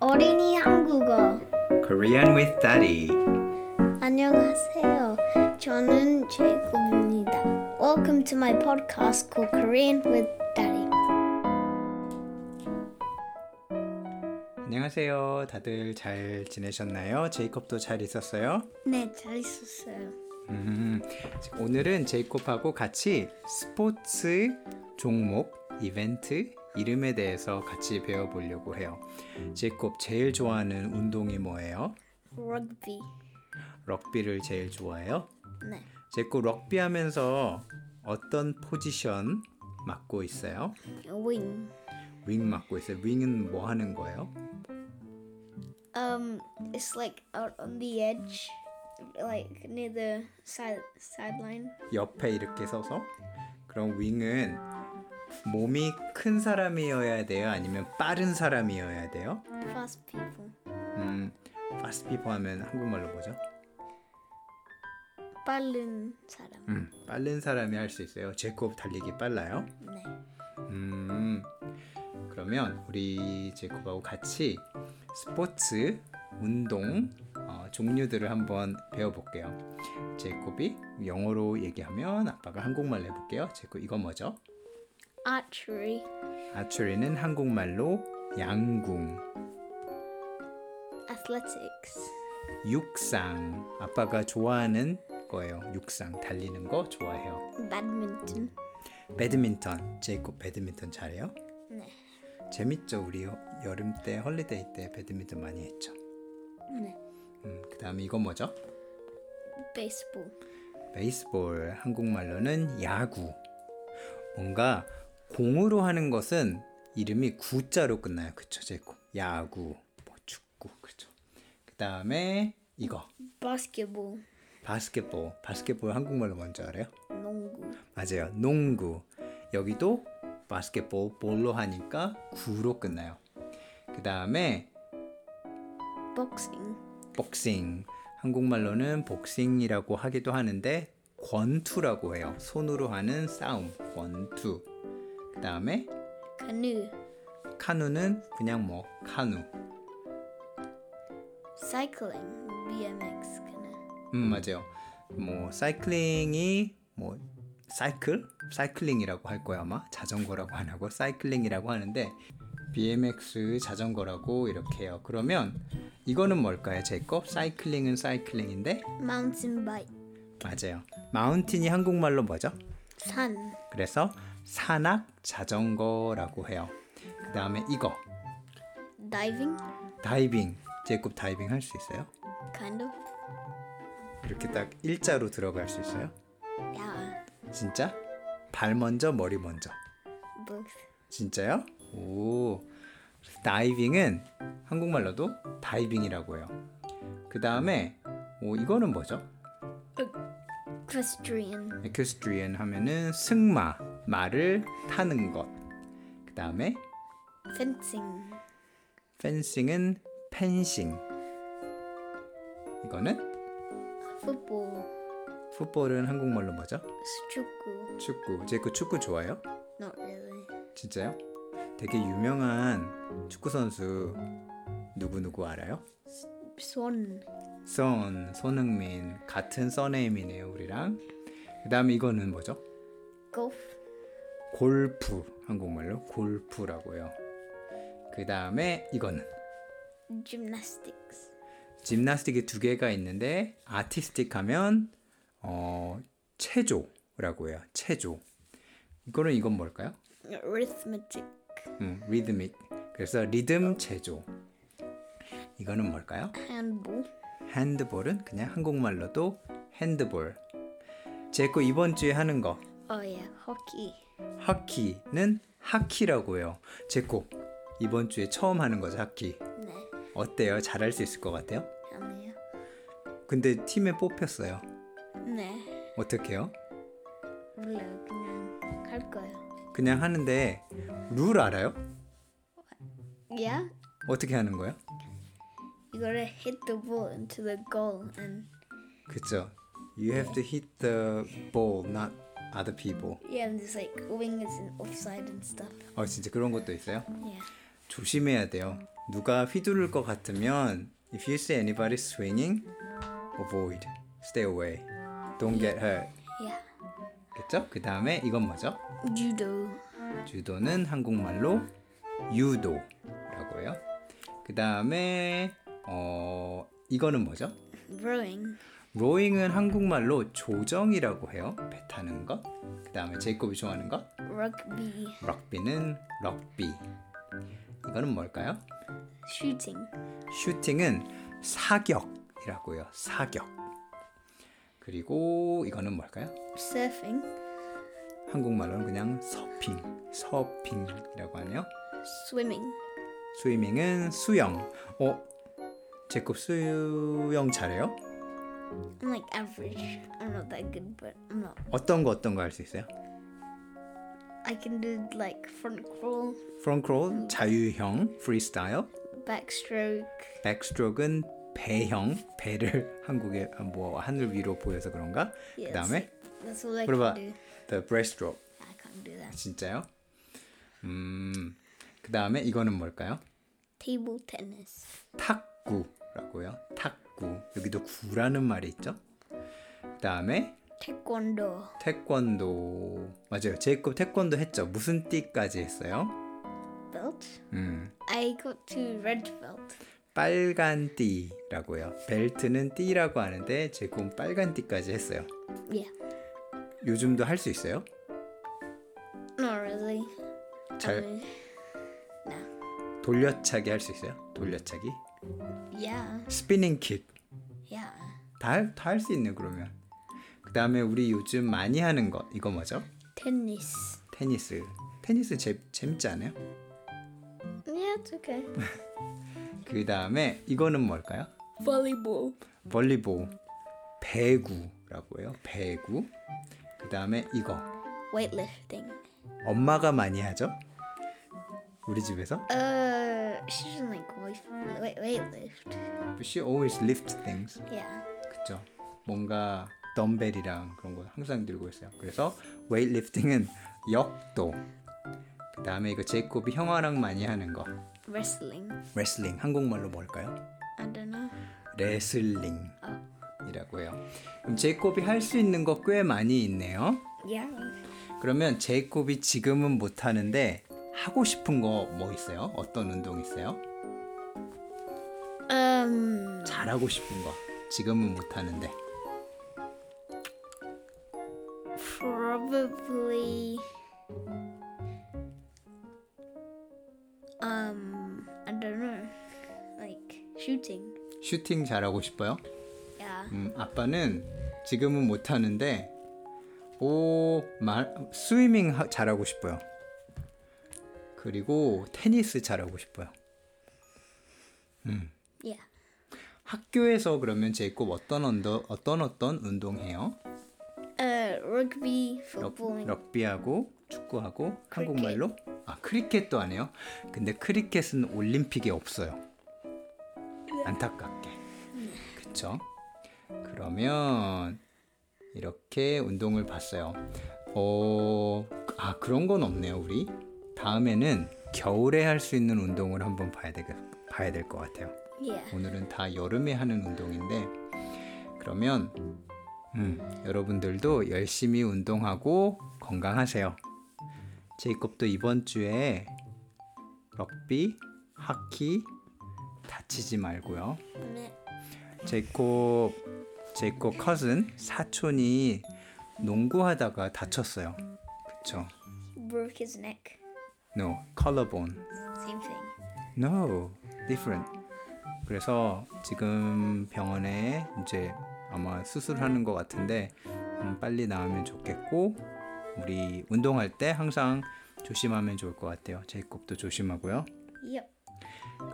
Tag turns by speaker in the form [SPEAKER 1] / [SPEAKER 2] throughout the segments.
[SPEAKER 1] 어린이 한국어
[SPEAKER 2] Korean with Daddy.
[SPEAKER 1] 안녕하세요. 저는 제이콥입니다. Welcome to my podcast called Korean with Daddy.
[SPEAKER 2] 안녕하세요. 다들 잘 지내셨나요? 제이콥도 잘 있었어요?
[SPEAKER 1] 네, 잘 있었어요.
[SPEAKER 2] 음, 오늘은 제이콥하고 같이 스포츠 종목 이벤트 이름에 대해서 같이 배워보려고 해요. 제이콥 제일 좋아하는 운동이 뭐예요?
[SPEAKER 1] Rugby.
[SPEAKER 2] 럭비를 제일 좋아해요?
[SPEAKER 1] 네.
[SPEAKER 2] 제이콥 럭비 하면서 어떤 포지션 맡고 있어요?
[SPEAKER 1] Wing.
[SPEAKER 2] 윙 맡고 있어요. 윙은 뭐 하는 거예요?
[SPEAKER 1] Um, it's like out on the edge, like near the side sideline.
[SPEAKER 2] 옆에 이렇게 서서 그럼 윙은 몸이 큰 사람이어야 돼요 아니면 빠른 사람이어야 돼요
[SPEAKER 1] Fast people.
[SPEAKER 2] 음 fast people 하면 한국말로 뭐죠
[SPEAKER 1] 빠른 사람.
[SPEAKER 2] 음 빠른 사람이 할 수 있어요 제콥 달리기 빨라요
[SPEAKER 1] 네.
[SPEAKER 2] 음 그러면 우리 제콥하고 같이 스포츠 운동 어, 종류들을 한번 배워볼게요 제콥이 영어로 얘기하면 아빠가 한국말로 해볼게요 제콥 이거 뭐죠
[SPEAKER 1] Archery.
[SPEAKER 2] 아추리는 한국말로 양궁,
[SPEAKER 1] Athletics.
[SPEAKER 2] 육상. 아빠가 좋아하는 거예요. 육상 달리는 거 좋아해요.
[SPEAKER 1] Badminton.
[SPEAKER 2] 배드민턴. 제이콥 배드민턴 잘해요?
[SPEAKER 1] 네.
[SPEAKER 2] 재밌죠. 우리 여- 여름 때 헐리데이 때 배드민턴 많이 했죠.
[SPEAKER 1] 네.
[SPEAKER 2] 음, 그다음에 이건 뭐죠?
[SPEAKER 1] Baseball.
[SPEAKER 2] 베이스볼. 한국말로는 야구. 뭔가 공으로 하는 것은 이름이 구자로 끝나요. 그쵸, 제이콥? 야구, 뭐 축구, 그죠. 그다음에 이거.
[SPEAKER 1] Basketball.
[SPEAKER 2] 바스켓볼, 바스켓볼 한국말로 뭔지 알아요?
[SPEAKER 1] 농구.
[SPEAKER 2] 맞아요. 농구. 여기도 바스켓볼 볼로 하니까 구로 끝나요. 그 다음에
[SPEAKER 1] Boxing.
[SPEAKER 2] 복싱. 한국말로는 복싱이라고 하기도 하는데 권투라고 해요. 손으로 하는 싸움, 권투. 그 다음에
[SPEAKER 1] Canoe.
[SPEAKER 2] 카누는 그냥 뭐 카누.
[SPEAKER 1] Cycling. BMX canoe.
[SPEAKER 2] 음 맞아요. 뭐 사이클링이 뭐 사이클 사이클링이라고 할 거야 아마 자전거라고 안 하고 사이클링이라고 하는데 BMX 자전거라고 이렇게 해요. 그러면 이거는 뭘까요? 제이콥 사이클링은 사이클링인데
[SPEAKER 1] Mountain bike.
[SPEAKER 2] 맞아요. 마운틴이 한국말로 뭐죠?
[SPEAKER 1] 산.
[SPEAKER 2] 그래서 산악 자전거라고 해요. 그 다음에 이거
[SPEAKER 1] Diving.
[SPEAKER 2] 다이빙 제이콥 다이빙 할 수 있어요?
[SPEAKER 1] Kind of.
[SPEAKER 2] 이렇게 딱 일자로 들어갈 수 있어요?
[SPEAKER 1] Yeah.
[SPEAKER 2] 진짜? 발 먼저 머리 먼저
[SPEAKER 1] Both.
[SPEAKER 2] 진짜요? 오. 그래서 다이빙은 한국말로도 다이빙이라고 해요. 그 다음에 오 이거는 뭐죠?
[SPEAKER 1] Equestrian.
[SPEAKER 2] 에큐스트리엔 하면은 승마, 말을 타는 것. 그 다음에
[SPEAKER 1] Fencing.
[SPEAKER 2] 펜싱은 펜싱. 이거는
[SPEAKER 1] Football.
[SPEAKER 2] 풋볼은 한국말로 뭐죠?
[SPEAKER 1] 축구.
[SPEAKER 2] 축구. 제그 축구 좋아요?
[SPEAKER 1] Not really.
[SPEAKER 2] 진짜요? 되게 유명한 축구 선수 누구 누구 알아요?
[SPEAKER 1] 손.
[SPEAKER 2] 선 손흥민 같은 써네임이네요 우리랑 그다음에 이거는 뭐죠?
[SPEAKER 1] Golf.
[SPEAKER 2] 골프 한국말로 골프라고요. 그다음에 이거는
[SPEAKER 1] Gymnastics.
[SPEAKER 2] 짐나스틱이 두 개가 있는데 아티스틱 하면 어 체조라고 해요. 체조. 이거는 이건 뭘까요?
[SPEAKER 1] Arithmetic.
[SPEAKER 2] 음, 리드믹. 그래서 리듬 체조. 이거는 뭘까요?
[SPEAKER 1] Handball.
[SPEAKER 2] 핸드볼은 그냥 한국말로도 핸드볼. 제거 이번 주에 하는 거
[SPEAKER 1] Oh yeah. Hockey.
[SPEAKER 2] 하키는 하키라고 해요. 제코 이번 주에 처음 하는 거죠 하키.
[SPEAKER 1] 네.
[SPEAKER 2] 어때요? 잘할 수 있을 것 같아요?
[SPEAKER 1] 아니요.
[SPEAKER 2] 근데 팀에 뽑혔어요.
[SPEAKER 1] 네.
[SPEAKER 2] 어떡해요?
[SPEAKER 1] 몰라 그냥 할 거예요.
[SPEAKER 2] 그냥 하는데 룰 알아요?
[SPEAKER 1] Yeah.
[SPEAKER 2] 어떻게 하는 거예요?
[SPEAKER 1] You gotta hit the ball into the goal and
[SPEAKER 2] 그죠? You have to hit the ball, not other people.
[SPEAKER 1] yeah, and there's like wingers and offside and stuff.
[SPEAKER 2] 어 진짜 그런 것도 있어요?
[SPEAKER 1] Yeah.
[SPEAKER 2] 조심해야 돼요. 누가 휘두를 것 같으면 if you see anybody swinging, avoid, stay away, don't get hurt.
[SPEAKER 1] Yeah.
[SPEAKER 2] 겠죠? 그 다음에 이건 뭐죠?
[SPEAKER 1] Judo.
[SPEAKER 2] 주도는 한국말로 유도라고 해요. 그 다음에 어 이거는 뭐죠?
[SPEAKER 1] Rowing.
[SPEAKER 2] 로잉은 한국말로 조정이라고 해요. 배 타는 것. 그 다음에 제이콥이 좋아하는 것.
[SPEAKER 1] Rugby.
[SPEAKER 2] 럭비는 럭비. 이거는 뭘까요?
[SPEAKER 1] Shooting.
[SPEAKER 2] 슈팅은 사격이라고요. 사격. 그리고 이거는 뭘까요?
[SPEAKER 1] Surfing.
[SPEAKER 2] 한국말로는 그냥 서핑, 서핑이라고 하네요.
[SPEAKER 1] Swimming.
[SPEAKER 2] 스위밍은 수영. 어, 제콥 수영 잘해요?
[SPEAKER 1] I'm like average. I'm not that good, but I'm not.
[SPEAKER 2] 어떤 거 어떤 거 할 수 있어요?
[SPEAKER 1] I can do like front crawl,
[SPEAKER 2] 프론크롤 자유형, 프리스타일.
[SPEAKER 1] backstroke.
[SPEAKER 2] 백스트로크는 배형, 배를 한국에 아, 뭐 하늘 위로 보여서 그런가?
[SPEAKER 1] Yeah, that's
[SPEAKER 2] 그다음에
[SPEAKER 1] it. That's all I
[SPEAKER 2] what
[SPEAKER 1] can
[SPEAKER 2] about
[SPEAKER 1] do.
[SPEAKER 2] the breaststroke?
[SPEAKER 1] I can't do that.
[SPEAKER 2] 진짜요? 음, 그 다음에 이거는 뭘까요?
[SPEAKER 1] Table tennis.
[SPEAKER 2] 탁구라고요. 탁구. 여기도 구라는 말이 있죠. 그 다음에
[SPEAKER 1] Taekwondo.
[SPEAKER 2] 태권도 맞아요. 제이콥 태권도 했죠. 무슨 띠까지 했어요?
[SPEAKER 1] Belt.
[SPEAKER 2] 음,
[SPEAKER 1] I got to red belt.
[SPEAKER 2] 빨간 띠라고요. 벨트는 띠라고 하는데 제이콥 빨간 띠까지 했어요.
[SPEAKER 1] Yeah.
[SPEAKER 2] 요즘도 할 수 있어요?
[SPEAKER 1] Not really. I
[SPEAKER 2] 잘
[SPEAKER 1] mean, no.
[SPEAKER 2] 돌려차기 할 수 있어요? 돌려차기?
[SPEAKER 1] Yeah.
[SPEAKER 2] 스피닝 킥.
[SPEAKER 1] Yeah.
[SPEAKER 2] 다다 할 수 있네 그러면. 그 다음에 우리 요즘 많이 하는 것 이거 뭐죠?
[SPEAKER 1] Tennis.
[SPEAKER 2] 테니스. 테니스 재, 재밌지 않아요?
[SPEAKER 1] Yeah, it's okay.
[SPEAKER 2] 그 다음에 이거는 뭘까요?
[SPEAKER 1] Volleyball.
[SPEAKER 2] 볼리볼, 배구라고 해요. 배구. 그 다음에 이거
[SPEAKER 1] Weightlifting.
[SPEAKER 2] 엄마가 많이 하죠? 우리 집에서
[SPEAKER 1] Uh, she doesn't like weight weight weightlift.
[SPEAKER 2] she always lifts things.
[SPEAKER 1] Yeah.
[SPEAKER 2] 그쵸? 뭔가 덤벨이랑 그런 거 항상 들고 있어요. 그래서 웨이트리프팅은 역도. 그 다음에 이거 제이콥이 형아랑 많이 하는 거.
[SPEAKER 1] Wrestling.
[SPEAKER 2] 레슬링 한국말로 뭘까요?
[SPEAKER 1] I don't know.
[SPEAKER 2] 레슬링이라고 해요. 그럼 제이콥이 할 수 있는 거 꽤 많이 있네요.
[SPEAKER 1] Yeah.
[SPEAKER 2] 그러면 제이콥이 지금은 못 하는데 하고 싶은 거 뭐 있어요? 어떤 운동 있어요?
[SPEAKER 1] Um,
[SPEAKER 2] 잘하고 싶은 거. 지금은 못 하는데.
[SPEAKER 1] probably. Um, I don't know. Like shooting.
[SPEAKER 2] 슈팅 잘하고 싶어요?
[SPEAKER 1] Yeah.
[SPEAKER 2] 음, 아빠는 지금은 못 하는데 오, 말 스위밍 하, 잘하고 싶어요. 그리고 테니스 잘하고 싶어요.
[SPEAKER 1] Yeah.
[SPEAKER 2] 학교에서 그러면 제이콥 어떤 언더, 어떤 어떤 운동해요?
[SPEAKER 1] Uh, rugby,
[SPEAKER 2] 럭,
[SPEAKER 1] footballing.
[SPEAKER 2] 럭비하고 축구하고 한국말로 아 크리켓도 안 해요. 근데 크리켓은 올림픽에 없어요. 안타깝게. 그쵸? 그러면 이렇게 운동을 봤어요. 어, 아 그런 건 없네요 우리. 다음에는 겨울에 할 수 있는 운동을 한번 봐야 되 봐야 될 것 같아요.
[SPEAKER 1] Yeah.
[SPEAKER 2] 오늘은 다 여름에 하는 운동인데 그러면 음, 여러분들도 열심히 운동하고 건강하세요. 제이콥도 이번 주에 럭비, 하키 다치지 말고요. 제이콥 제이콥 커슨 사촌이 농구하다가 다쳤어요. 그쵸?
[SPEAKER 1] Broke his neck.
[SPEAKER 2] No, collarbone.
[SPEAKER 1] Same thing.
[SPEAKER 2] No, different. 그래서 지금 병원에 이제 아마 수술하는 것 같은데 음, 빨리 나으면 좋겠고 우리 운동할 때 항상 조심하면 좋을 것 같아요. 제이콥도 조심하고요.
[SPEAKER 1] Yep.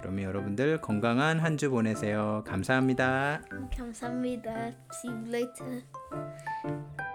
[SPEAKER 2] 그러면 여러분들 건강한 한 주 보내세요. 감사합니다.
[SPEAKER 1] 감사합니다. See you later.